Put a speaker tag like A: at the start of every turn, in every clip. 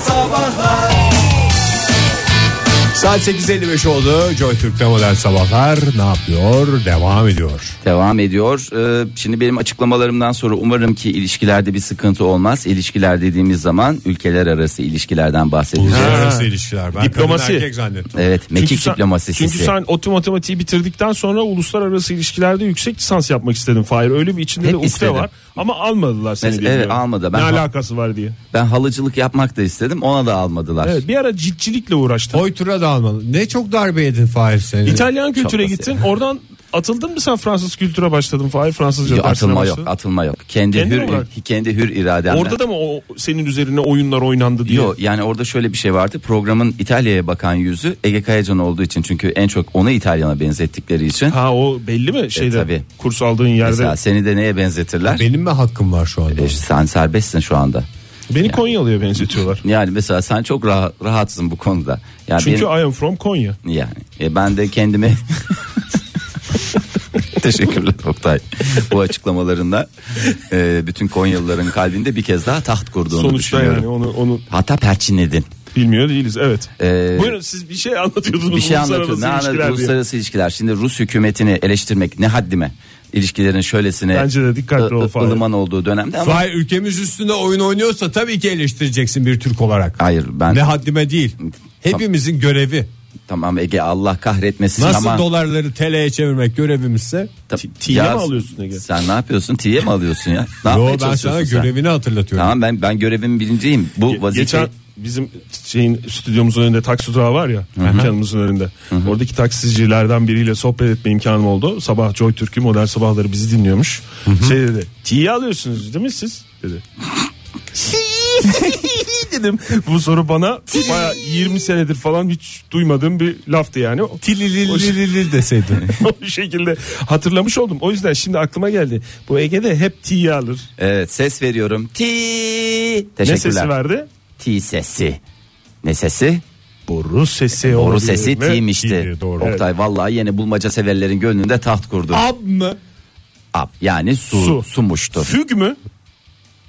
A: Sabahlar
B: Saat 8.55 oldu. Joy Türk'te modern sabahlar ne yapıyor? Devam ediyor.
C: Devam ediyor. Ee, Şimdi benim açıklamalarımdan sonra umarım ki ilişkilerde bir sıkıntı olmaz. İlişkiler dediğimiz zaman ülkeler arası ilişkilerden bahsediyoruz.
B: Uluslararası ilişkiler. Ben
D: Diplomasi.
B: kadın erkek zannettim.
C: Evet, mekik
D: sen-
C: diplomasisi.
D: Çünkü sen otomatiği bitirdikten sonra uluslararası ilişkilerde yüksek lisans yapmak istedin Fahir. Öyle bir içinde
C: Hep
D: de ukde
C: istedim.
D: var. Ama almadılar seni
C: Mes-
D: diye
C: evet,
D: biliyorum.
C: almadı. Ben-
D: ne alakası var diye.
C: Ben halıcılık yapmak da istedim. Ona da almadılar.
D: Evet, bir ara ciltçilikle uğraştın.
B: Oy tura da almalı. Ne çok darbe yedin Fahir seni.
D: İtalyan kültüre
C: basit.
D: gittin. Oradan atıldın mı sen Fransız kültüre başladın Fahir? Fransızca
C: Yok,
D: dersine
C: atılma yok,
D: başladın.
C: atılma yok. Kendi
D: Kendin
C: hür
D: olarak.
C: kendi hür irademle.
D: Orada da mı o senin üzerine oyunlar oynandı diye?
C: Yo, yani orada şöyle bir şey vardı. Programın İtalya'ya bakan yüzü Ege Kayacan olduğu için çünkü en çok onu İtalyan'a benzettikleri için.
D: Ha o belli mi şeyde?
C: E, tabii.
D: Kurs aldığın yerde.
C: Mesela seni de neye benzetirler?
B: Benim mi hakkım var şu anda?
C: E, sen serbestsin şu anda.
D: Beni Konyalı'ya benzetiyorlar.
C: Yani mesela sen çok rahat, rahatsın bu konuda. Yani
D: Çünkü
C: benim-
D: I am from Konya.
C: yani e, ben de kendimi Teşekkürler Oktay bu açıklamalarında e, bütün Konyalıların kalbinde bir kez daha taht kurduğunu
D: Sonuçta
C: düşünüyorum.
D: yani onu onu
C: Hatta perçinledin.
D: bilmiyor değiliz evet.
C: Ee,
D: Buyurun siz bir şey anlatıyordunuz.
C: bir şey
D: uluslararası
C: anlatıyor. Ne anlatıyor?
D: ilişkiler diye.
C: Uluslararası ilişkiler. Şimdi Rus hükümetini eleştirmek ne haddime? İlişkilerin şöylesine
D: Bence de dikkatli
C: ı-
D: ol
C: ı-
D: Fahir.
C: ılıman olduğu dönemde ama
B: Fahir ülkemiz üstünde oyun oynuyorsa tabii ki eleştireceksin bir Türk olarak.
C: hayır ben
B: Ne haddime değil. Hepimizin görevi.
C: tamam Ege Allah kahretmesin
B: Nasıl
C: ama
B: dolarları TL'ye çevirmek görevimizse.
C: Ta-
D: tiye mi alıyorsun Ege?
C: Sen ne yapıyorsun? Tiye mi alıyorsun ya?
B: Yo
C: Ne yapmaya
B: ben
C: çalışıyorsun
B: sana
C: sen?
B: görevini hatırlatıyorum.
C: Tamam ben ben görevimin bilinciyim. Bu
D: Ge-
C: vazife
D: Geçen bizim şeyin stüdyomuzun önünde taksi durağı var ya dükkanımızın önünde. Oradaki taksicilerden biriyle sohbet etme imkanım oldu. Sabah Joy Türk'ü modern sabahları bizi dinliyormuş. Şey dedi. T'yi alıyorsunuz değil mi siz? dedi. dedim. Bu soru bana baya 20 senedir falan hiç duymadığım bir laftı yani. O-
B: Tililililil deseydin.
D: o şekilde hatırlamış oldum. O yüzden şimdi aklıma geldi. Bu Ege'de hep T'yi alır.
C: Evet ses veriyorum. Ti.
D: Ne
C: Teşekkürler.
D: sesi verdi?
C: Ti sesi. Ne sesi?
D: Boru sesi.
C: Boru
D: olabilir
C: sesi
D: mi?
C: ti'ymişti.
D: Ti, doğru.
C: Oktay vallahi yeni bulmaca severlerin gönlünde taht kurdu.
B: Ab mı?
C: Ab, yani su,
D: Su.
C: sumuştu.
D: Füg mü?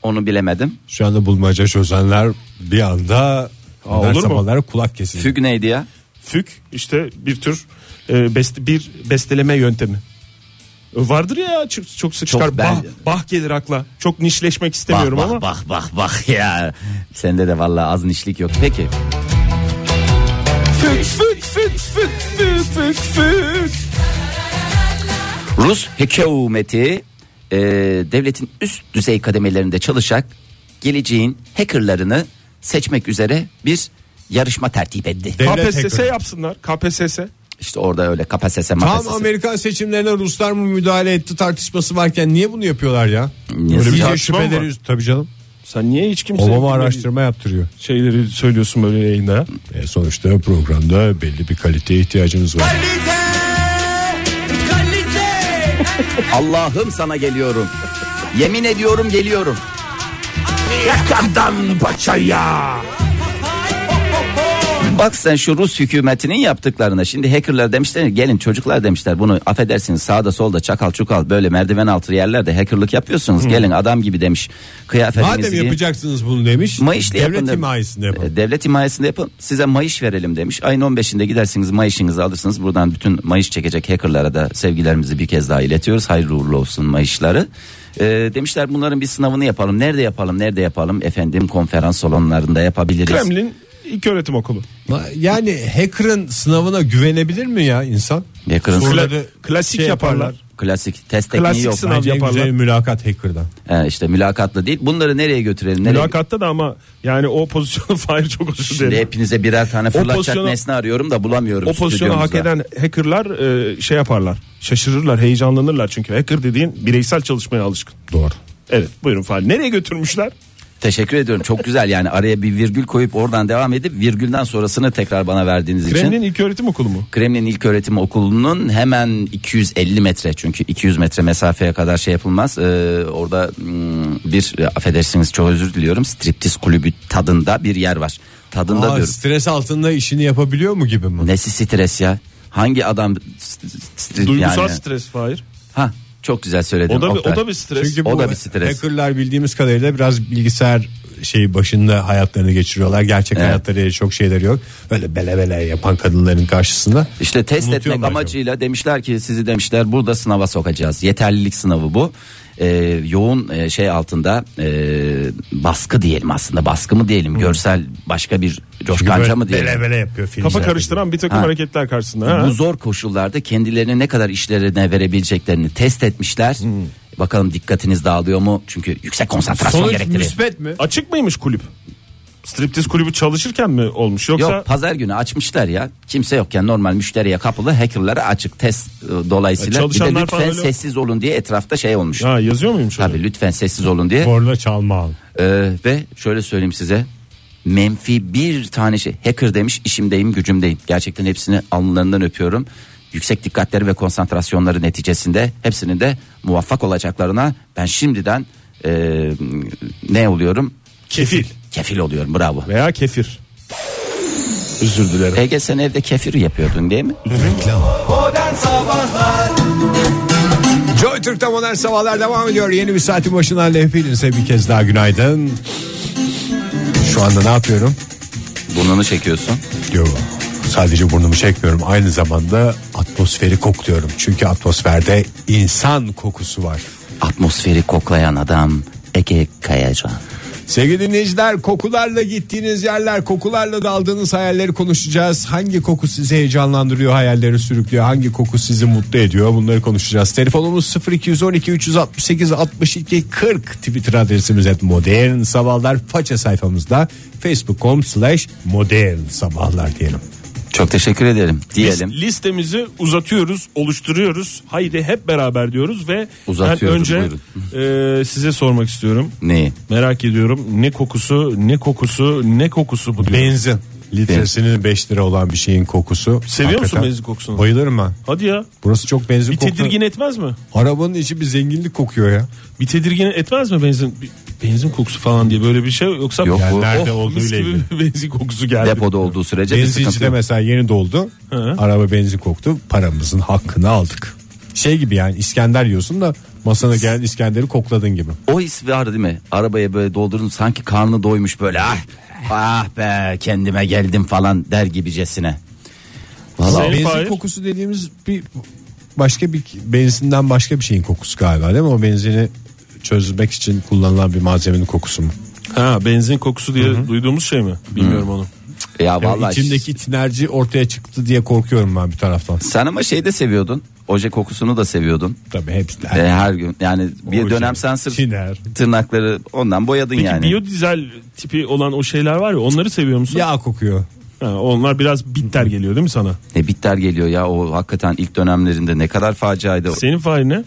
C: Onu bilemedim.
B: Şu anda bulmaca çözenler bir anda
D: Aa,
B: modern
D: olur mu?
B: sabahlara kulak kesildi.
C: Füg neydi ya?
D: Füg işte bir tür e, beste, bir besteleme yöntemi. E, Vardır ya çok, çok sık
C: Çok
D: çıkar.
C: ben-
D: bah, bah gelir akla. Çok nişleşmek
C: Bak
D: istemiyorum
C: bak,
D: ama.
C: bak bak bak ya. Sende de vallahi az nişlik yok. Peki.
D: Füg, füg, füg, füg, füg, füg, füg.
C: Rus hükümeti e, devletin üst düzey kademelerinde çalışacak geleceğin hackerlarını seçmek üzere bir yarışma tertip etti.
B: Devlet
D: KPSS
B: hacker.
D: yapsınlar. KPSS.
C: İşte orada öyle kapasese
B: Tam
C: mapasese.
B: Amerikan seçimlerine Ruslar mı müdahale etti tartışması varken niye bunu yapıyorlar ya?
C: Niye
B: Böyle bir şey
D: tartışma mı
B: şüpheleri tabii canım.
D: Sen niye hiç kimse
B: Obama araştırma yaptırıyor.
D: şeyleri söylüyorsun böyle yayında ya?
B: E sonuçta programda belli bir kaliteye ihtiyacımız var.
A: Kalite Kalite
C: Allah'ım sana geliyorum. Yemin ediyorum geliyorum. Yakamdan paçaya. Bak sen şu Rus hükümetinin yaptıklarına şimdi hackerlar demişler gelin çocuklar demişler bunu affedersiniz sağda solda çakal çukal böyle merdiven altı yerlerde hackerlık yapıyorsunuz gelin adam gibi demiş kıyafetinizi
B: Madem
C: giyin.
B: yapacaksınız bunu demiş.
C: Mayışla yapın
B: devlet
C: demiş.
B: himayesinde yapın.
C: E, Devlet himayesinde yapın. Size mayış verelim demiş. Ayın 15'inde gidersiniz mayışınızı alırsınız. Buradan bütün mayış çekecek hackerlara da sevgilerimizi bir kez daha iletiyoruz. Hayırlı uğurlu olsun mayışları. E, demişler bunların bir sınavını yapalım. Nerede yapalım? Nerede yapalım? Efendim konferans salonlarında yapabiliriz.
D: Kremlin İlköğretim Okulu.
B: Ma- Yani hacker'ın sınavına güvenebilir mi ya insan?
C: Hacker'ın-
B: Soruları
D: Kla- klasik
B: şey
D: yaparlar.
C: Klasik test tekniği
D: Klasik
C: yok.
D: sınav.
B: Bence en
D: yaparlar.
B: güzel mülakat hacker'dan.
C: E, işte mülakatla değil. Bunları nereye götürelim? Nereye
D: Mülakatta da ama yani o pozisyonu Fahir çok özür
C: Şimdi
D: dilerim.
C: hepinize birer tane fırlatacak
D: pozisyonu-
C: nesne arıyorum da bulamıyorum.
D: O pozisyonu hak
C: stüdyomuzda.
D: eden hackerlar e, şey yaparlar. Şaşırırlar, heyecanlanırlar çünkü hacker dediğin bireysel çalışmaya alışkın.
B: Doğru.
D: Evet, buyurun Fahir. Nereye götürmüşler?
C: Teşekkür ediyorum. Çok güzel yani araya bir virgül koyup oradan devam edip virgülden sonrasını tekrar bana verdiğiniz için.
D: Kremlin İlköğretim Okulu mu?
C: Kremlin İlköğretim Okulu'nun hemen 250 metre çünkü 200 metre mesafeye kadar şey yapılmaz. Ee, orada hmm, bir e, affedersiniz çok özür diliyorum striptiz kulübü tadında bir yer var. Tadında
B: Aa,
C: diyorum.
B: stres altında işini yapabiliyor mu gibi mi?
C: Nesi stres ya? Hangi adam st- st-
D: Duygusal
C: E, yani?
D: stres Fahir.
C: Ha çok güzel söyledin.
D: O da bir,
C: Oktay.
D: o da bir stres.
B: Çünkü
C: O
B: bu
C: da bir stres.
B: hackerlar bildiğimiz kadarıyla biraz bilgisayar şey başında hayatlarını geçiriyorlar. Gerçek hayatları çok şeyleri yok. Böyle bele bele yapan kadınların karşısında.
C: İşte test
B: Unutuyor mu
C: etmek
B: acaba?
C: amacıyla demişler ki sizi demişler burada sınava sokacağız. Yeterlilik sınavı bu. Ee, yoğun e, şey altında e, baskı diyelim aslında baskı mı diyelim görsel başka bir coşkanca
B: Böyle
C: mı diyelim.
B: Bele bele yapıyor filmler.
D: Kafa karıştıran bir takım
C: Ha.
D: hareketler karşısında. Ha.
C: Bu zor koşullarda kendilerini ne kadar işlerine verebileceklerini test etmişler. Bakalım dikkatiniz dağılıyor mu? Çünkü yüksek konsantrasyon
B: Sonuç
C: gerektirir.
B: müspet mi?
D: Açık mıymış kulüp? Striptiz kulübü çalışırken mi olmuş yoksa
C: Yok pazar günü açmışlar ya. Kimse yokken normal müşteriye kapılı hackerlara açık test e, dolayısıyla.
D: Ya
C: bir de
D: çalışanlar
C: lütfen
D: falan öyle-
C: sessiz olun diye etrafta şey olmuş.
D: ha, yazıyor muymuş? öyle?
C: Tabii lütfen sessiz olun diye.
B: Borla çalma al.
C: Ee, ve şöyle söyleyeyim size. Menfi bir tane şey. Hacker demiş işimdeyim gücümdeyim. Gerçekten hepsini alnlarından öpüyorum. Yüksek dikkatleri ve konsantrasyonları neticesinde hepsinin de muvaffak olacaklarına ben şimdiden e, ne oluyorum?
D: Kefil
C: Kefil oluyorum bravo.
D: veya kefir. Özür dilerim.
C: Ege sen evde kefir yapıyordun değil mi?
B: Joy Türk'te modern sabahlar devam ediyor. Yeni bir saatin başına hepinize bir kez daha günaydın. Şu anda ne yapıyorum?
C: Burnunu çekiyorsun.
B: Yo, Sadece burnumu çekmiyorum. Aynı zamanda atmosferi kokluyorum. Çünkü atmosferde insan kokusu var.
C: Atmosferi koklayan adam Ege Kayacan.
B: Sevgili dinleyiciler kokularla gittiğiniz yerler kokularla daldığınız hayalleri konuşacağız. Hangi koku sizi heyecanlandırıyor hayalleri sürüklüyor hangi koku sizi mutlu ediyor bunları konuşacağız. Telefonumuz 0212 368 62 40 Twitter adresimiz et modern sabahlar faça sayfamızda facebook.com slash modern sabahlar diyelim.
C: Çok teşekkür ederim
D: Biz
C: diyelim.
D: listemizi uzatıyoruz, oluşturuyoruz. Haydi hep beraber diyoruz ve ben
C: Uzatıyoruz,
D: önce e, size sormak istiyorum.
C: Neyi?
D: Merak ediyorum ne kokusu, ne kokusu, ne kokusu bu diyor.
B: Benzin litresinin 5 lira olan bir şeyin kokusu.
D: Seviyor musun benzin kokusunu?
B: Bayılırım ben.
D: Hadi ya.
B: Burası çok benzin
D: Bir
B: kokuyor.
D: tedirgin etmez mi?
B: Arabanın içi bir zenginlik kokuyor ya.
D: Bir tedirgin etmez mi benzin bir- benzin kokusu falan diye böyle bir şey yoksa
C: Yok, Yani bu-
B: nerede
D: oh, mis
B: olduğuyla
D: gibi
B: ilgili.
D: bir benzin kokusu geldi.
C: Depoda olduğu sürece bir sıkıntı
B: Benzinci de
C: yok.
B: mesela yeni doldu.
D: Hı.
B: Araba benzin koktu. Paramızın hakkını aldık. Şey gibi yani İskender yiyorsun da masana gelen İskender'i kokladın gibi.
C: O his var değil mi? Arabaya böyle doldurdun sanki karnı doymuş böyle ah, ah be kendime geldim falan der gibicesine. Valla
D: Senin
B: benzin
D: Fahir?
B: kokusu dediğimiz bir başka bir benzinden başka bir şeyin kokusu galiba değil mi? O benzini çözmek için kullanılan bir malzemenin kokusu mu?
D: Ha benzin kokusu diye duyduğumuz şey mi? Bilmiyorum onu.
C: ya
B: Yani
C: valla
B: içimdeki tinerci ortaya çıktı diye korkuyorum ben bir taraftan.
C: sen ama şey de seviyordun. Oje kokusunu da seviyordun.
B: Tabii hepsi.
C: E, her gün yani bir
B: Oje,
C: dönem sen sırf
B: tiner.
C: tırnakları ondan boyadın
D: Peki
C: yani.
D: biyodizel tipi olan o şeyler var ya onları seviyor musun?
B: Yağ kokuyor.
D: Ha, onlar biraz bitter geliyor değil mi sana?
C: Ne E, bitter geliyor ya o hakikaten ilk dönemlerinde ne kadar faciaydı. o.
D: Senin Fahir ne?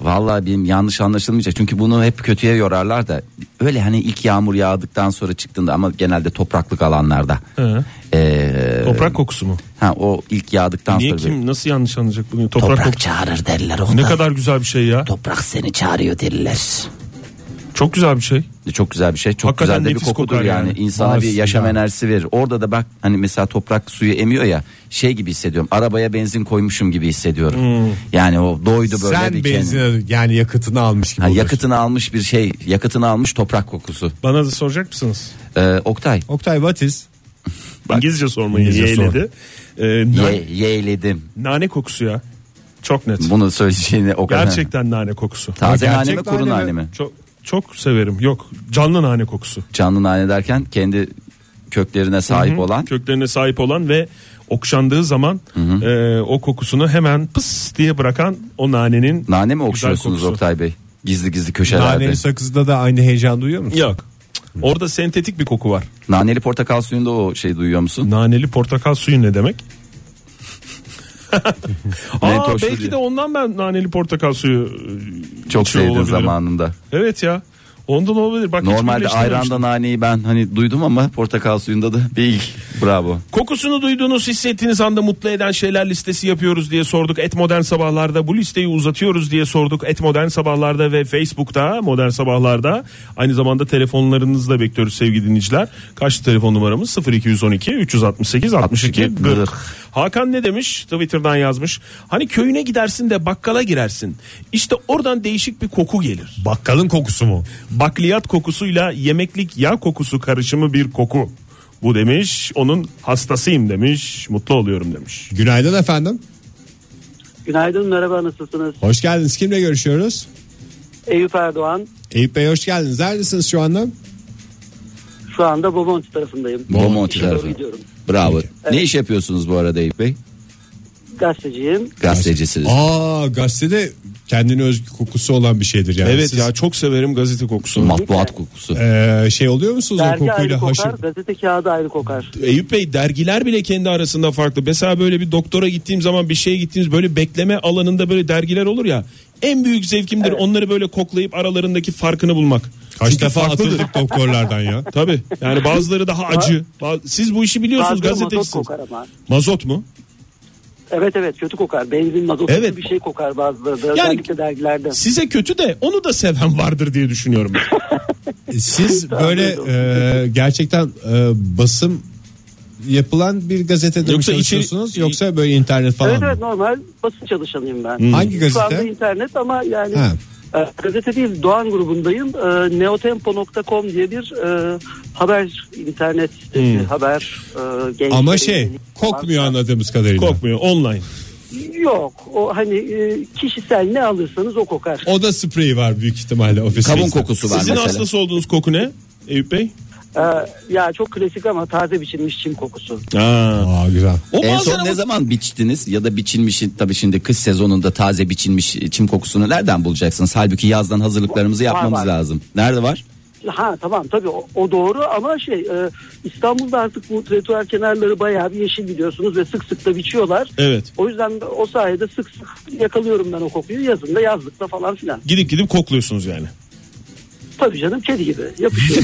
C: Vallahi benim yanlış anlaşılmayacak çünkü bunu hep kötüye yorarlar da öyle hani ilk yağmur yağdıktan sonra çıktığında ama genelde topraklık alanlarda.
D: Hı.
C: Ee,
D: Toprak kokusu mu?
C: Ha o ilk yağdıktan
D: E, Niye
C: sonra böyle
D: kim nasıl yanlış anlayacak bunu? Toprak,
C: toprak,
D: kokusu.
C: çağırır derler onda.
D: Ne kadar güzel bir şey ya.
C: toprak seni çağırıyor derler.
D: Çok güzel bir şey.
C: Çok güzel bir şey. Çok
D: Hakikaten
C: güzel de bir
D: nefis
C: kokudur
D: kokar
C: yani.
D: yani.
C: İnsana bir
B: Varsın
C: yaşam
B: ya.
C: enerjisi verir. Orada da bak hani mesela toprak suyu emiyor ya şey gibi hissediyorum. Arabaya benzin koymuşum gibi hissediyorum.
D: Hmm.
C: Yani o doydu böyle
B: Sen
C: bir kendini.
B: benzin yani yakıtını almış gibi.
C: Ha,
B: oluyorsun.
C: yakıtını almış bir şey. Yakıtını almış toprak kokusu.
D: Bana da soracak mısınız?
C: Ee, Oktay
B: Oktay what is?
D: İngilizce sormayı
B: İngilizce sor.
D: yeğledi. Ee, na-
C: ye, yeğledim.
D: nane kokusu ya. Çok net.
C: Bunu söyleyeceğini o kadar.
D: Gerçekten nane kokusu.
C: Taze
B: Ha,
C: nane mi
B: gerçek
C: kuru
B: nane mi?
C: nane mi?
D: Çok çok severim. Yok canlı nane kokusu.
C: Canlı nane derken kendi köklerine sahip olan
D: Köklerine sahip olan ve okşandığı zaman e, o kokusunu hemen pıs diye bırakan o nanenin
C: Nane mi
D: güzel
C: okşuyorsunuz
D: kokusu.
C: Oktay Bey? Gizli gizli köşelerde.
B: Naneli sakızda da aynı heyecan duyuyor musun?
D: Yok. Orada sentetik bir koku var.
C: Naneli portakal suyunda o şey duyuyor musun?
D: Naneli portakal suyu ne demek? Aa,
C: hoşluğu
D: belki
C: diye.
D: de ondan ben naneli portakal suyu
C: Çok
D: e, içiyor
C: sevdiğin
D: olabilirim.
C: zamanında.
D: Evet ya. Ondan olabilir. Bak hiç
C: Normalde
D: birleştirmemiştim.
C: ayranda naneyi ben hani duydum ama portakal suyunda da bir ilk Bravo.
D: Kokusunu duyduğunuz hissettiğiniz anda mutlu eden şeyler listesi yapıyoruz diye sorduk. Et Modern Sabahlar'da bu listeyi uzatıyoruz diye sorduk. Et Modern Sabahlar'da ve Facebook'ta Modern Sabahlar'da aynı zamanda telefonlarınızı da bekliyoruz sevgili dinleyiciler. Kaç telefon numaramız? 0212 368 62
C: 62
D: 40.
C: kırk.
D: Hakan ne demiş? Twitter'dan yazmış. Hani köyüne gidersin de bakkala girersin. İşte oradan değişik bir koku gelir.
B: Bakkalın kokusu mu?
D: Bakliyat kokusuyla yemeklik yağ kokusu karışımı bir koku. Bu demiş onun hastasıyım demiş mutlu oluyorum demiş.
B: Günaydın efendim.
A: Günaydın merhaba nasılsınız?
B: Hoş geldiniz. Kimle görüşüyoruz?
A: Eyüp Erdoğan.
B: Eyüp Bey hoş geldiniz. Neredesiniz şu anda?
A: Şu anda Bomonti tarafındayım.
C: Bomonti
A: İşe doğru
C: tarafı.
A: gidiyorum.
C: Bravo. Ne iş yapıyorsunuz bu arada Eyüp Bey?
A: Gazeteciyim.
C: Gazetecisiniz.
B: Aa gazetede kendine özgü kokusu olan bir şeydir yani.
D: Evet
B: Siz,
D: ya çok severim gazete kokusunu.
C: Matbuat kokusu.
B: eee, şey oluyor musunuz o
A: Dergi ayrı
B: kokuyla
A: kokar,
B: haşır?
A: gazete kağıdı ayrı kokar.
D: Eyüp Bey dergiler bile kendi arasında farklı. Mesela böyle bir doktora gittiğim zaman bir şeye gittiğiniz böyle bekleme alanında böyle dergiler olur ya. En büyük zevkimdir onları böyle koklayıp aralarındaki farkını bulmak.
B: Kaç
D: Çünkü
B: defa
D: farklıdır.
B: atıldık doktorlardan ya.
D: Tabii yani bazıları daha acı. Baz- Siz bu işi biliyorsunuz
A: Bazı mazot
D: gazetecisiniz.
A: kokar ama.
D: Mazot mu?
A: Evet evet kötü kokar. Benzin mazot
D: Evet.
A: bir şey kokar bazıları da. Özellikle dergilerde.
D: Size kötü de onu da seven vardır diye düşünüyorum. ben.
B: Siz böyle eee, gerçekten eee, basım yapılan bir gazetede
D: Yoksa
B: mi
D: içeri-
B: çalışıyorsunuz yoksa böyle internet falan
A: Evet
B: mı?
A: evet normal basın çalışanıyım ben.
C: Hmm.
B: Hangi
A: Şu anda
B: gazete?
A: internet ama yani
B: Ha.
A: e, gazete değil Doğan grubundayım. E, neotempo.com diye bir e, haber internet sitesi haber e, gençlere
B: Hmm. Ama şey
A: yönelik.
B: kokmuyor anladığımız kadarıyla.
D: Kokmuyor online.
A: Yok o hani e, kişisel ne alırsanız o kokar.
B: Oda spreyi var büyük ihtimalle ofisinizde.
C: Kavun kokusu var
D: Sizin
C: mesela.
D: hastası olduğunuz koku ne Eyüp Bey?
A: Ee, ya çok klasik ama taze biçilmiş çim kokusu.
B: Aa güzel.
D: O
C: En
D: bazen
C: son
D: ama-
C: ne zaman biçtiniz ya da biçilmiş tabii şimdi kış sezonunda taze biçilmiş çim kokusunu nereden bulacaksınız? Halbuki yazdan hazırlıklarımızı
A: Var,
C: yapmamız
A: var.
C: lazım. Nerede var?
A: Ha tamam tabii o, o doğru ama şey e, İstanbul'da artık bu trotuar kenarları bayağı bir yeşil biliyorsunuz ve sık sık da biçiyorlar.
D: Evet.
A: O yüzden o sayede sık sık yakalıyorum ben o kokuyu yazında yazlıkta falan filan.
D: Gidip gidip kokluyorsunuz yani.
A: Tabii canım kedi gibi yapışıyor.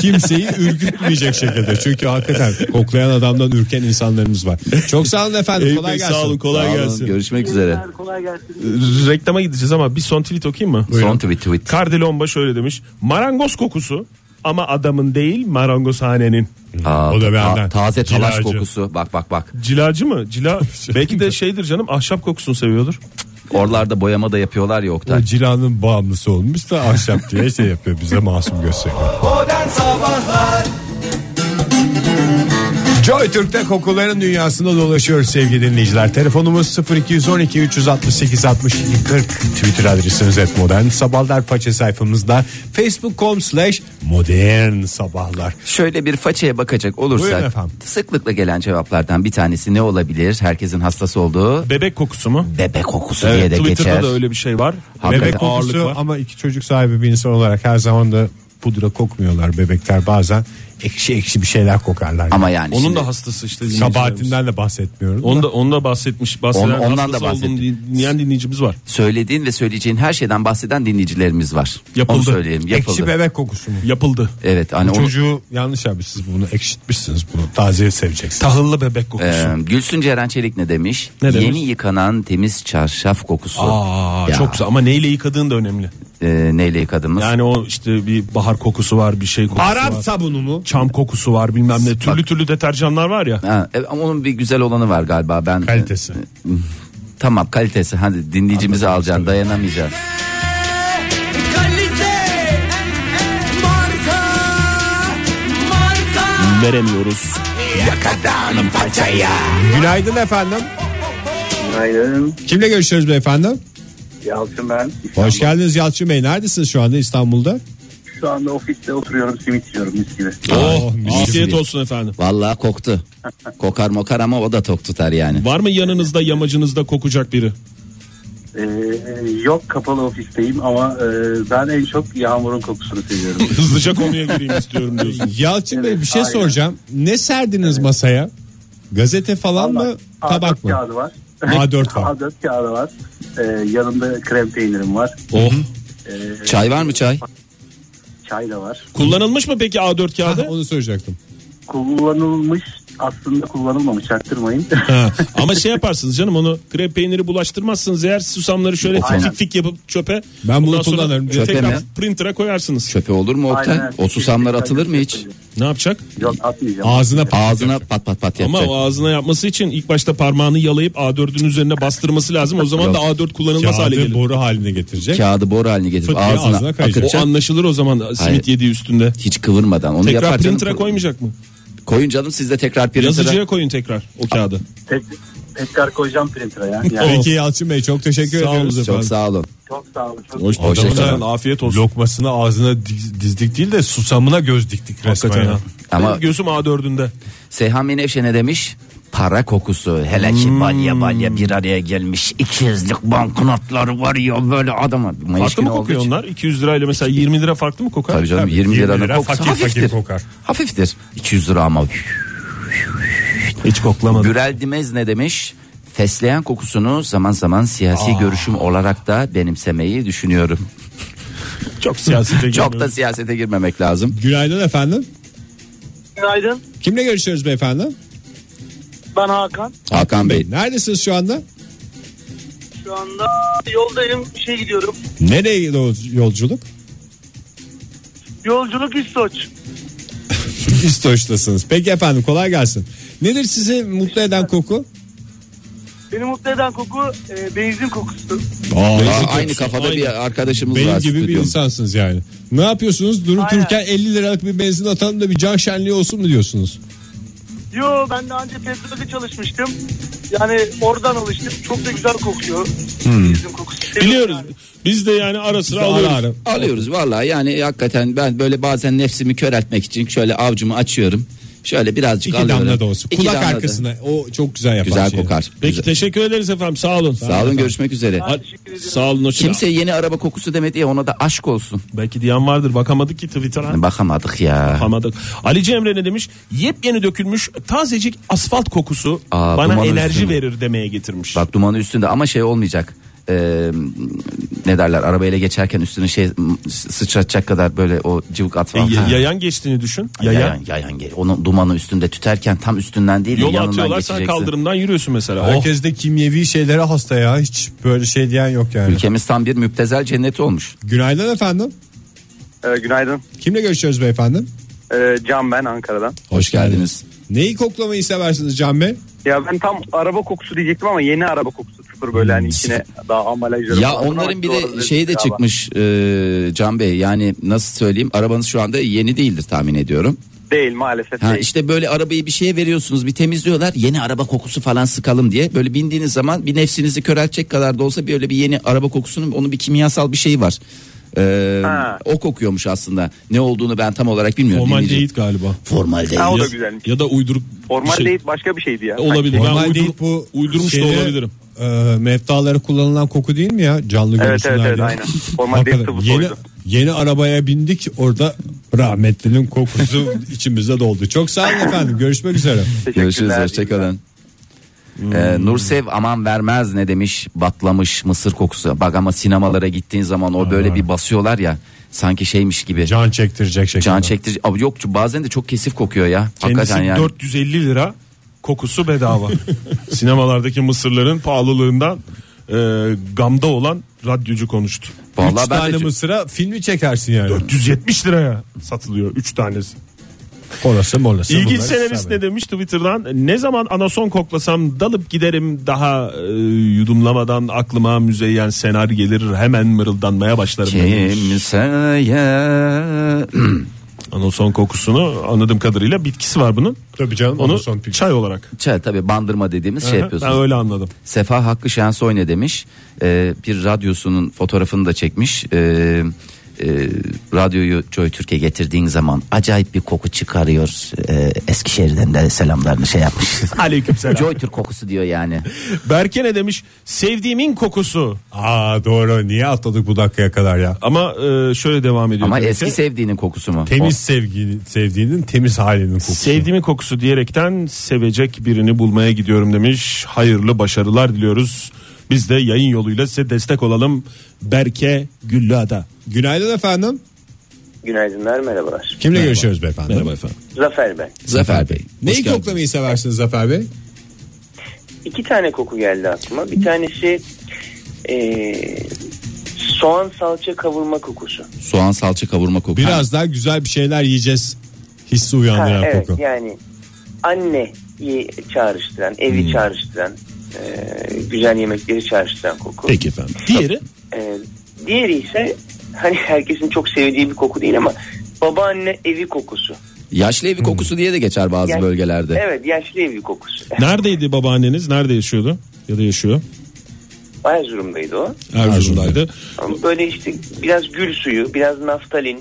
B: Kimseyi ürkütmeyecek şekilde. Çünkü hakikaten koklayan adamdan ürken insanlarımız var. Çok sağ olun efendim.
D: Eyüp
B: Kolay
D: Bey,
B: gelsin.
D: sağ olun kolay
C: Sağ olun,
D: gelsin.
C: Görüşmek üzere.
A: Kolay gelsin.
D: Reklama gideceğiz ama bir son tweet okuyayım mı?
C: Son tweet tweet.
D: Kardilomba şöyle demiş. Marangoz kokusu ama adamın değil marangozhanenin.
C: Aa,
B: O da
C: ta-
B: benden.
C: taze talaş
B: Cilacı.
C: kokusu. Bak bak bak.
D: Cilacı mı? Cila belki de şeydir canım ahşap kokusunu seviyordur.
C: Oralarda boyama da yapıyorlar ya Oktay.
B: O cilanın bağımlısı olmuş da ahşap diye şey yapıyor bize masum gösteriyor. Joy Türk'te kokuların dünyasında dolaşıyoruz sevgili dinleyiciler. Telefonumuz 0212 368 62 40. Twitter adresimiz et modern sabahlar faça sayfamızda facebook.com slash modern sabahlar.
C: Şöyle bir façaya bakacak
B: Buyurun
C: olursak
B: efendim.
C: sıklıkla gelen cevaplardan bir tanesi ne olabilir? Herkesin hastası olduğu
D: Bebek kokusu mu?
C: bebek kokusu diye
D: Evet,
C: de
D: Twitter'da
C: geçer.
D: da öyle bir şey var.
C: Hakikaten.
D: Bebek kokusu
B: Ağırlık var.
D: var.
B: ama iki çocuk sahibi bir insan olarak her zaman da pudra kokmuyorlar bebekler bazen. Ekşi ekşi bir şeyler kokarlar.
C: Ama yani
D: Onun
C: Hani şimdi-
D: da hastası işte. dinleyicilerimiz.
B: Kabahatinden de bahsetmiyorum.
D: Onu da, onu da bahsetmiş. Bahseden
C: Onu- ondan da
D: hastası olduğunu
C: bahsettim.
D: dinleyen dinleyicimiz var.
C: söylediğin ve söyleyeceğin her şeyden bahseden dinleyicilerimiz var.
D: Yapıldı.
C: Onu söyleyelim yapıldı.
B: Ekşi bebek kokusu mu?
D: Yapıldı.
C: evet hani onu,
B: Çocuğu yanlış abi siz bunu ekşitmişsiniz bunu tazeye seveceksiniz.
D: Tahıllı bebek kokusu.
C: Ee, Gülsün Ceren Çelik ne demiş?
D: Ne demiş?
C: Yeni yıkanan temiz çarşaf kokusu.
D: Aa,
C: Ya,
D: çok güzel ama neyle yıkadığın da önemli.
C: e, neyle yıkadığımız?
D: Yani o işte bir bahar kokusu var, bir şey kokusu
B: Arap
D: var.
B: sabunu mu?
D: Çam kokusu var bilmem ne. Türlü türlü deterjanlar var ya.
C: Ha, evet, ama onun bir güzel olanı var galiba. Ben
B: Kalitesi.
C: tamam kalitesi. Hadi dinleyicimizi alacaksın, dayanamayacaksın.
E: Kalite marka marka
D: Veremiyoruz.
E: yakadan paçaya
B: Günaydın efendim.
F: Günaydın.
B: Kimle görüşüyoruz beyefendi?
F: Yalçın ben.
B: Hoş geldiniz Yalçın Bey. Neredesiniz şu anda İstanbul'da? Ah,
F: Şu anda ofiste oturuyorum simit yiyorum mis gibi.
D: Oh,
C: mis
D: afiyet
C: gibi.
D: olsun efendim.
C: Vallahi koktu. Kokar mokar ama o da tok tutar yani.
D: Var mı yanınızda yamacınızda kokacak biri?
F: Ee, yok kapalı ofisteyim ama e, ben en çok yağmurun kokusunu seviyorum.
D: Hızlıca konuya gireyim istiyorum diyorsun.
B: Yalçın
F: Evet,
B: Bey bir şey
F: aynen.
B: soracağım. Ne serdiniz masaya? Gazete falan
F: Vallahi
B: mı? Tabak
F: A4
B: mı?
F: kağıdı var.
B: A4 var.
F: A4 kağıdı var. Ee, yanında krem peynirim var.
D: Oh.
F: Ee,
C: Çay var mı çay?
F: Çay da var.
D: Kullanılmış mı peki A4
B: Ah,
D: kağıdı?
B: onu soracaktım.
F: kullanılmış aslında kullanılmamış çaktırmayın.
D: Ha, ama şey yaparsınız canım onu krep peyniri bulaştırmazsınız eğer susamları şöyle
C: Aynen.
D: tik tik yapıp çöpe.
B: Ben bunu
D: Ondan sonra
B: kullanırım.
D: tekrar
C: Çöpe mi?
D: Printer'a koyarsınız.
C: Çöpe olur mu Oktay?
F: Aynen.
C: O susamlar atılır mı hiç?
D: Ne yapacak?
F: Yok atmayacağım.
B: Ağzına
C: Ağzına pat pat pat
D: Ama
C: yapacak.
D: o ağzına yapması için ilk başta parmağını yalayıp A4'ün üzerine bastırması lazım. O zaman da A4 kullanılmaz hale
B: kağıdı
D: gelir.
B: boru haline getirecek.
C: Kağıdı boru haline
B: Fıt
C: getirip
B: diye
C: ağzına,
B: ağzına kayacak.
D: O
C: akıtacak.
D: anlaşılır o zaman
C: Hayır.
D: simit yediği üstünde.
C: Hiç kıvırmadan. Onu
D: Tekrar
C: yapar canım.
D: printer'a koymayacak mı?
C: Koyun canım siz de tekrar printer'a.
D: Yazıcıya koyun tekrar o kağıdı.
F: Tek, tekrar koyacağım printer'a ya. Yani
B: Peki Yalçın Bey çok teşekkür
D: Sağ olun,
B: ediyoruz
C: Çok
B: efendim.
C: sağ olun.
F: çok sağ olun. Çok
D: Hoş-
C: Hoşça
D: Adamın
C: kalın.
D: Afiyet olsun.
B: Lokmasını ağzına diz- dizdik değil de susamına göz diktik resmen.
D: Hakikaten
B: ya.
D: ha.
C: Ama-
D: Benim gözüm A4'ünde.
C: Seyhan Menevşe ne demiş? Para kokusu hele ki
D: Hmm.
C: balya balya bir araya gelmiş ikizlik banknotları var ya böyle adama. Mayış
D: Farklı
C: günü
D: mı
C: olduğu
D: kokuyor
C: için-
D: onlar? 200 lirayla mesela 20 lira farklı mı kokar?
C: Tabii canım 20
B: 20
C: liranın
B: lira
C: kokusu
B: fakir fakir
C: hafiftir.
B: kokar.
C: Hafiftir. 200 lira ama.
D: Hiç koklamadım.
C: Gürel Dimez ne demiş? Fesleğen kokusunu zaman zaman siyasi görüşüm olarak da benimsemeyi düşünüyorum.
D: Çok siyasete
C: Çok da
D: girmiyorum.
C: siyasete girmemek lazım.
B: Günaydın efendim.
A: Günaydın.
B: Kimle görüşüyoruz beyefendi?
A: Ben Hakan.
C: Hakan Bey.
B: Neredesiniz şu anda?
A: Şu anda yoldayım. Şey gidiyorum.
B: Nereye yol- yolculuk?
A: Yolculuk İstoç.
B: İstoç'tasınız. Peki efendim kolay gelsin. Nedir sizi mutlu eden koku?
A: Beni mutlu eden koku e, benzin kokusu.
C: Aa,
B: Aa,
C: aynı kafada
D: Aynı.
C: bir arkadaşımız
B: benim
C: var.
B: gibi bir
C: stüdyomda.
B: insansınız yani. Ne yapıyorsunuz? Durup
A: Aynen.
B: dururken 50 liralık bir benzin atalım da bir can şenliği olsun mu diyorsunuz?
A: Yo ben daha önce petrolde çalışmıştım. Yani oradan alıştım. Çok da güzel kokuyor.
C: Hmm.
A: Benzin kokusu. Seviyorum
D: Biliyoruz.
A: yani.
D: Biz de yani ara sıra
B: Ara
D: alıyoruz.
B: ara.
C: Alıyoruz vallahi yani hakikaten ben böyle bazen nefsimi köreltmek için şöyle avcumu açıyorum. Şöyle birazcık
B: İki
C: alıyorum.
B: damla da olsun.
C: İki
B: Kulak
C: damla da.
B: arkasına. O çok güzel yapar. şey.
C: Güzel
B: şeyi.
C: kokar.
D: Peki
C: Güzel.
D: teşekkür ederiz efendim. Sağ olun.
C: Sağ olun görüşmek üzere.
A: Ben teşekkür ediyorum.
D: Sağ olun. hoşça-
C: Kimse yeni araba kokusu demedi ya ona da aşk olsun. Hani
D: Belki diyen vardır. Bakamadık ki Twitter'a.
C: Bakamadık ya.
D: Yapamadık. Ali Cemre ne demiş? Yepyeni dökülmüş tazecik asfalt kokusu
C: Aa,
D: bana
C: duman
D: enerji
C: üstüne.
D: verir demeye getirmiş.
C: Bak dumanı üstünde ama şey olmayacak. Ee, ne derler arabayla geçerken üstüne şey m- sıçratacak kadar böyle o cıvık
D: E,
C: atma.
D: y-
C: Ha.
D: yayan geçtiğini düşün. Yayan.
C: yayan, yayan, ge- Onun dumanı üstünde tüterken tam üstünden değil de
D: Yola
C: yanından
D: atıyorlar sen
C: geçeceksin.
D: kaldırımdan yürüyorsun mesela. Oh.
B: Herkes de kimyevi şeylere hasta ya. Hiç böyle şey diyen yok yani.
C: Ülkemiz tam bir müptezel cenneti olmuş.
B: Günaydın efendim.
G: Ee, günaydın.
B: Kimle görüşüyoruz beyefendi?
G: Ee, Can ben Ankara'dan.
C: Hoş geldiniz.
B: Neyi koklamayı seversiniz Can Bey?
G: Ya ben tam araba kokusu diyecektim ama yeni araba kokusu sıfır böyle hani içine daha ambalajları
C: Hmm. Ya
G: falan var
C: onların
G: ama
C: bir de
G: doğru
C: şeyi de
G: galiba.
C: çıkmış e, Can Bey yani nasıl söyleyeyim arabanız şu anda yeni değildir tahmin ediyorum.
G: Değil maalesef
C: Ha,
G: değil.
C: E, işte böyle arabayı bir şeye veriyorsunuz bir temizliyorlar yeni araba kokusu falan sıkalım diye. Böyle bindiğiniz zaman bir nefsinizi köreltecek kadar da olsa böyle bir yeni araba kokusunun onun bir kimyasal bir şeyi var. Ee,
G: Ha.
C: o kokuyormuş aslında ne olduğunu ben tam olarak bilmiyorum.
D: Formaldehit galiba.
C: Formaldehit.
G: Ha, o da
D: Ya-
G: güzelmiş.
D: Ya da uyduruk
G: Formal
D: şey-
G: değil başka bir şeydi ya.
D: Olabilir.
G: Sanki.
D: Ben
B: Normal
D: uydur-
B: değil bu.
D: uydurmuş da
B: şeyleri,
D: olabilirim.
B: E, mevtalara kullanılan koku değil mi ya? Canlı
G: Evet
B: görünsünler
G: evet evet
B: diye.
G: aynen. Formal değil
B: Hakikaten
G: sıvı
B: yeni,
G: soydu.
B: yeni arabaya bindik orada rahmetlinin kokusu içimize doldu. Çok sağ olun efendim. Görüşmek üzere.
C: Görüşürüz
G: Teşekkürler.
C: hoşçakalın. Ee, Nursev aman vermez ne demiş batlamış mısır kokusu bak ama sinemalara gittiğin zaman o böyle bir basıyorlar ya sanki şeymiş gibi can,
B: Can çektirecek şekilde.
C: çektirici abi yok bazen de çok kesif kokuyor ya
D: Kendisi
C: hakikaten yani
D: 450 lira kokusu bedava. Sinemalardaki mısırların pahalılığından e, gamda olan radyocu konuştu.
B: Üç
C: Vallahi ben de
B: tane
C: çok-
B: mısıra filmi çekersin yani.
D: 470 liraya satılıyor 3 tanesi.
B: Orası molası.
D: İlginç
B: bunları
D: senarist
B: sabredin.
D: ne demiş Twitter'dan? Ne zaman anason koklasam dalıp giderim daha e, yudumlamadan aklıma müzeyyen senar gelir hemen mırıldanmaya başlarım.
C: Şey,
D: demiş.
C: kimseye
D: Anason kokusunu anladığım kadarıyla bitkisi var bunun.
B: Tabii canım.
D: Onu
B: anason pil.
D: çay olarak.
C: Çay, tabii bandırma dediğimiz şey yapıyorsunuz.
D: Ben öyle anladım.
C: Sefa Hakkı Şensoy ne demiş? Ee, bir radyosunun fotoğrafını da çekmiş. Ee, e, radyoyu Joy Türk'e getirdiğin zaman acayip bir koku çıkarıyor. Ee, Eskişehir'den de selamlarını şey yapmış.
D: Aleykümselam.
C: Joy Türk kokusu diyor yani.
D: Berke ne demiş? Sevdiğimin kokusu.
B: Aa doğru. Niye atladık bu dakikaya kadar ya?
D: Ama e, şöyle devam ediyor.
C: Ama
D: tabii ki.
C: eski sevdiğinin kokusu mu?
B: Temiz sevgi, sevdiğinin temiz halinin kokusu.
D: Sevdiğimin kokusu diyerekten sevecek birini bulmaya gidiyorum demiş. Hayırlı başarılar diliyoruz. Biz de yayın yoluyla size destek olalım. Berke Güllüada.
B: Günaydın efendim.
H: Günaydınlar merhabalar.
B: Kimle görüşüyoruz beyefendi?
D: Merhaba efendim.
H: Zafer ben.
B: Zafer Bey. Neyi
D: geldin.
B: koklamayı seversiniz Zafer Bey?
H: İki tane koku geldi aklıma. Bir tanesi eee, soğan salça kavurma kokusu.
C: Soğan salça kavurma kokusu.
B: Biraz daha güzel bir şeyler yiyeceğiz hissi uyandıran
H: Ha, evet
B: koku.
H: yani anneyi çağrıştıran, evi
D: Hmm.
H: çağrıştıran, eee, güzel yemekleri çağrıştıran koku.
D: Peki efendim. Diğeri
H: Ee, diğeri ise hani herkesin çok sevdiği bir koku değil ama babaanne evi kokusu.
I: Yaşlı evi kokusu diye de geçer bazı
H: Yani-
I: bölgelerde.
H: Evet yaşlı evi kokusu.
D: neredeydi babaanneniz? Nerede yaşıyordu? Ya da yaşıyor.
H: Erzurum'daydı o.
D: Erzurum'daydı.
H: Ama böyle işte biraz gül suyu, biraz naftalin,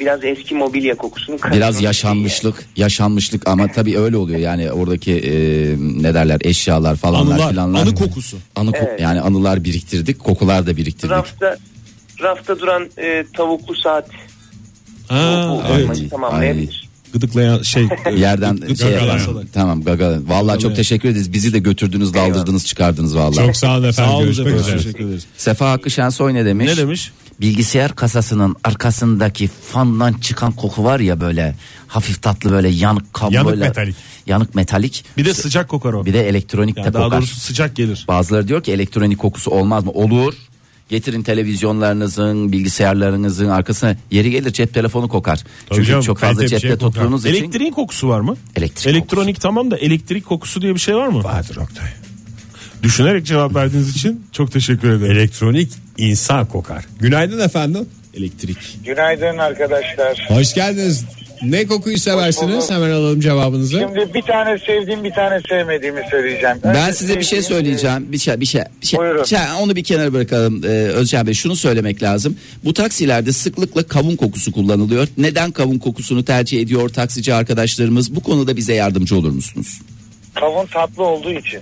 H: biraz eski mobilya kokusunun
I: Biraz
H: karışımı.
I: yaşanmışlık, yaşanmışlık ama tabii öyle oluyor yani oradaki e, ne derler eşyalar falanlar
D: Anılar,
I: filanlar.
D: anı kokusu.
I: Anı ko-
H: Evet.
I: yani anılar biriktirdik, kokular da biriktirdik.
H: Rafta rafta duran e, tavuklu saat
D: Ha,
H: bu
D: evet.
H: kokuyu tamamlayabilir.
D: Gıdıklayan şey.
I: Yerden şey
D: gagalar.
I: yapan- tamam gaga. Vallahi çok teşekkür ederiz. Bizi de götürdünüz, daldırdınız, çıkardınız vallahi.
B: Çok sağ olun efendim.
D: Sağ olun
B: Görüşmek
D: efendim.
B: üzere.
D: Teşekkür ederiz.
C: Sefa Hakkı Şensoy ne demiş?
D: Ne demiş?
C: Bilgisayar kasasının arkasındaki fandan çıkan koku var ya böyle hafif tatlı böyle yanık kabloyla.
B: Yanık metalik.
C: Yanık metalik.
D: Bir de sıcak kokar o.
C: Bir de elektronik
D: Yani
C: de
D: daha
C: kokar.
D: doğrusu sıcak gelir.
C: Bazıları diyor ki elektronik kokusu olmaz mı? Olur. Getirin televizyonlarınızın, bilgisayarlarınızın arkasına yeri gelir cep telefonu kokar. Çünkü
B: canım,
C: çok fazla
B: kalite bir
C: cepte
B: şey kokar.
C: tuttuğunuz için
D: Elektriğin kokusu var mı?
C: Elektrik
D: Elektronik tamam da elektrik kokusu diye bir şey var mı?
B: Vardır Oktay.
D: Düşünerek cevap verdiğiniz için çok teşekkür ederim.
B: Elektronik insan kokar. Günaydın efendim.
D: Elektrik.
A: Günaydın arkadaşlar.
B: Hoş geldiniz. Ne kokuyu seversiniz?
A: bulduk.
B: Hemen alalım cevabınızı.
A: Şimdi bir tane sevdiğim bir tane sevmediğimi söyleyeceğim.
I: Ben
A: Önce
I: size bir şey
A: sevdiğim-
I: söyleyeceğim. Bir şey bir şey. Bir şey,
A: Buyurun.
I: bir şey- onu bir kenara bırakalım ee, Özcan Bey. Şunu söylemek lazım. Bu taksilerde sıklıkla kavun kokusu kullanılıyor. Neden kavun kokusunu tercih ediyor taksici arkadaşlarımız? Bu konuda bize yardımcı olur musunuz?
A: e, Kavun tatlı olduğu için.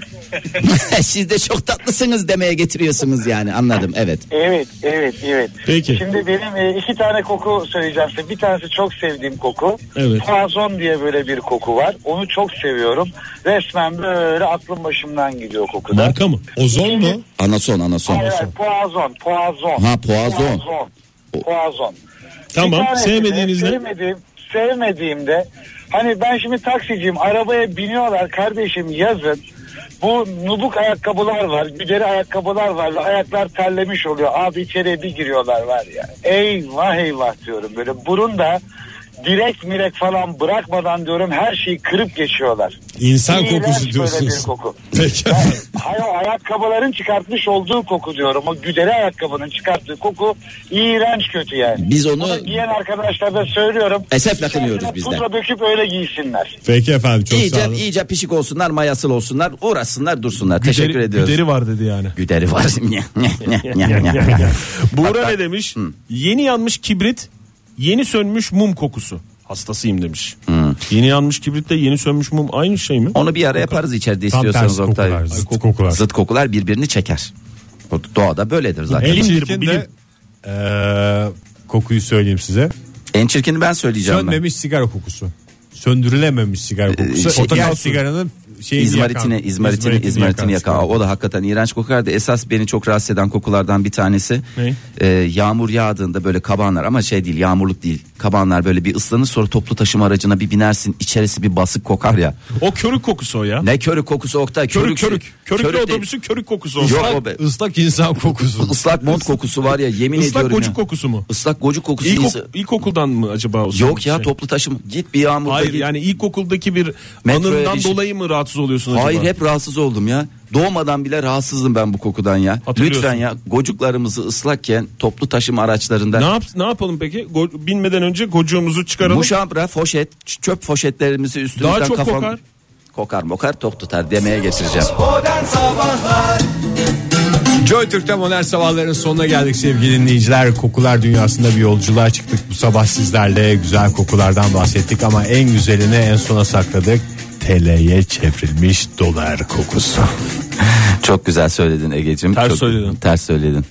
I: Siz de çok tatlısınız demeye getiriyorsunuz yani. Anladım. Evet.
A: Evet, evet, evet.
D: Peki.
A: Şimdi benim e, iki tane koku söyleyeceğim size. Bir tanesi çok sevdiğim koku.
D: Evet.
A: Fazon diye böyle bir koku var. Onu çok seviyorum. Resmen böyle aklım başımdan gidiyor kokuda.
D: Marka mı?
B: Ozon mu?
I: Anason anason.
A: Evet, poazon, poazon.
I: Ha, poazon.
A: Poazon. poazon.
D: Tamam,
A: Bir tanesi de
D: sevmediğiniz ne?
A: Sevmediğim, sevmediğimde hani ben şimdi taksiciyim arabaya biniyorlar kardeşim yazın. Bu nubuk ayakkabılar var, güderi ayakkabılar var. ve Ayaklar terlemiş oluyor. Abi içeriye bir giriyorlar var ya. Eyvah eyvah diyorum böyle. Burun da direk mirek falan bırakmadan diyorum her şeyi kırıp geçiyorlar.
B: İnsan
A: İğrenç
B: kokusu
A: böyle
B: diyorsunuz.
A: bir koku.
B: Peki.
A: Hayır ayakkabıların çıkartmış olduğu koku diyorum. O güderi ayakkabının çıkarttığı koku iğrenç kötü yani.
I: Biz onu-
A: Bunu giyen arkadaşlara söylüyorum.
I: Esefle kınıyoruz
A: İçerisine
I: biz de.
A: Pudra döküp öyle giysinler.
B: Peki efendim çok sağ
C: iyice,
B: olun.
C: iyice pişik olsunlar, mayasıl olsunlar, uğraşsınlar, dursunlar. Teşekkür
D: Güderi-
C: ediyoruz.
D: Güderi var dedi yani.
C: Güderi var. Nya, nya, nya, nya, nya.
D: Buğra ne demiş? Yeni yanmış kibrit, yeni sönmüş mum kokusu. Hastasıyım demiş. Yeni yanmış kibritle yeni sönmüş mum aynı şey mi?
C: Onu bir ara yaparız içeride
B: Tam
C: istiyorsanız
B: tersi
C: Oktay.
B: kokular, zıt kokular.
C: Zıt kokular birbirini çeker. O Doğada böyledir zaten.
B: En
D: Bilimdir bu,
B: çirkin de
D: bilim.
B: eee, kokuyu söyleyeyim size.
C: En çirkini ben söyleyeceğim ben.
B: Sönmemiş sigara kokusu. Söndürülememiş sigara kokusu.
C: şey-
B: Portakal
C: yani-
B: sigaranın şeyini
C: İzmaritini,
B: yakan-
C: izmaritini,
B: izmaritini
C: izmaritini yakan.
B: sigara.
C: O da hakikaten iğrenç kokardı. Esas beni çok rahatsız eden kokulardan bir tanesi.
D: Ne?
C: Ee, yağmur yağdığında böyle kabanlar ama şey değil yağmurluk değil. Kabanlar böyle bir ıslanır sonra toplu taşıma aracına bir binersin. içerisi bir basık kokar ya.
D: O körük kokusu o ya.
C: Ne körük kokusu Oktay.
D: Körük körük. Körüklü
C: Körük değil.
D: otobüsün körük kokusu o.
C: Yok o be.
B: Islak insan kokusu.
C: Islak mont kokusu var ya yemin
D: Islak
C: ediyorum
D: gocuk
C: ya.
D: kokusu mu?
C: Islak gocuk kokusu.
D: İlkok,
C: insan-
D: ilkokuldan mı acaba? O
C: Yok ya
D: şey?
C: toplu taşıma. Git bir yağmurda
D: Hayır
C: git.
D: yani ilkokuldaki bir
C: Metroya
D: anından
C: ilişkin-
D: dolayı mı rahatsız oluyorsun acaba?
C: Hayır hep rahatsız oldum ya. Doğmadan bile rahatsızdım ben bu kokudan ya.
D: Hatırlıyorsun.
C: Lütfen ya gocuklarımızı ıslakken toplu taşıma araçlarında
D: Ne, yap, ne yapalım peki? Go- binmeden önce gocuğumuzu çıkaralım.
C: muşambra, foşet, ç- çöp foşetlerimizi üstümüzden
D: Daha çok
C: kafam...
D: kokar.
C: Kokar mokar tok tutar demeye getireceğim.
B: Joy Türk'te modern sabahların sonuna geldik sevgili dinleyiciler. Kokular dünyasında bir yolculuğa çıktık. Bu sabah sizlerle güzel kokulardan bahsettik ama en güzelini en sona sakladık. TL'ye çevrilmiş dolar kokusu.
C: Çok güzel söyledin Ege'cim.
D: Ters
C: Çok-
D: söyledin.
C: Ters söyledin.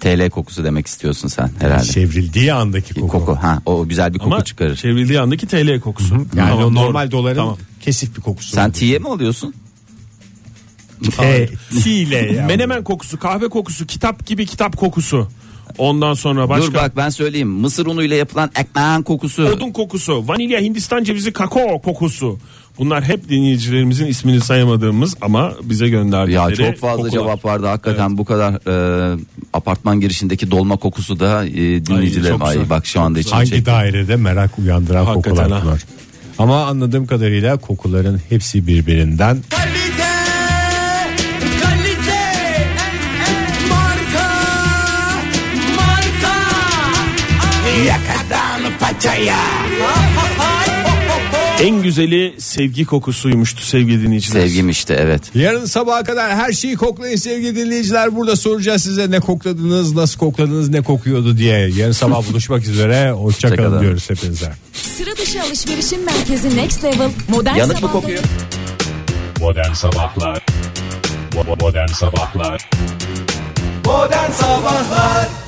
C: TL kokusu demek istiyorsun sen herhalde.
B: Çevrildiği andaki koku.
C: koku ha o güzel bir koku
D: Şey Ama şey-
C: çıkarır.
D: çevrildiği andaki TL kokusu.
B: Yani
D: Tamam,
B: o
D: doğru.
B: normal doların
D: Tamam.
B: kesif bir kokusu.
C: Sen tiye mi alıyorsun?
B: T- T ile ya.
D: Menemen kokusu, kahve kokusu, kitap gibi kitap kokusu. Ondan sonra başka.
C: Dur bak ben söyleyeyim. Mısır unuyla yapılan ekmeğin kokusu.
D: Odun kokusu, vanilya, hindistan cevizi, kakao kokusu. Bunlar hep dinleyicilerimizin ismini sayamadığımız ama bize
C: Ya
D: gönderdikleri
C: çok fazla
D: kokular.
C: cevap vardı hakikaten bu kadar e, apartman girişindeki dolma kokusu da e, dinleyicilerim
B: çok
C: ay,
B: güzel.
C: bak şu anda için
B: Hangi dairede merak uyandıran
D: Hakikaten
B: kokular
D: ha.
B: bunlar. Ama anladığım kadarıyla kokuların hepsi birbirinden
E: Kalite marka marka Yakadan paçaya
D: En güzeli sevgi kokusuymuştu sevgili dinleyiciler.
C: Sevgim işte evet.
B: Yarın sabaha kadar her şeyi koklayın sevgili dinleyiciler. Burada soracağız size ne kokladınız, nasıl kokladınız, ne kokuyordu diye. Yarın sabah buluşmak üzere. Hoşçakalın
C: Hoşçakalın.
B: diyoruz hepinize.
J: Sıra dışı alışverişin merkezi Next Level modern
C: Yanık mı
J: sabahları-
C: kokuyor?
K: Modern Sabahlar Modern Sabahlar
E: Modern Sabahlar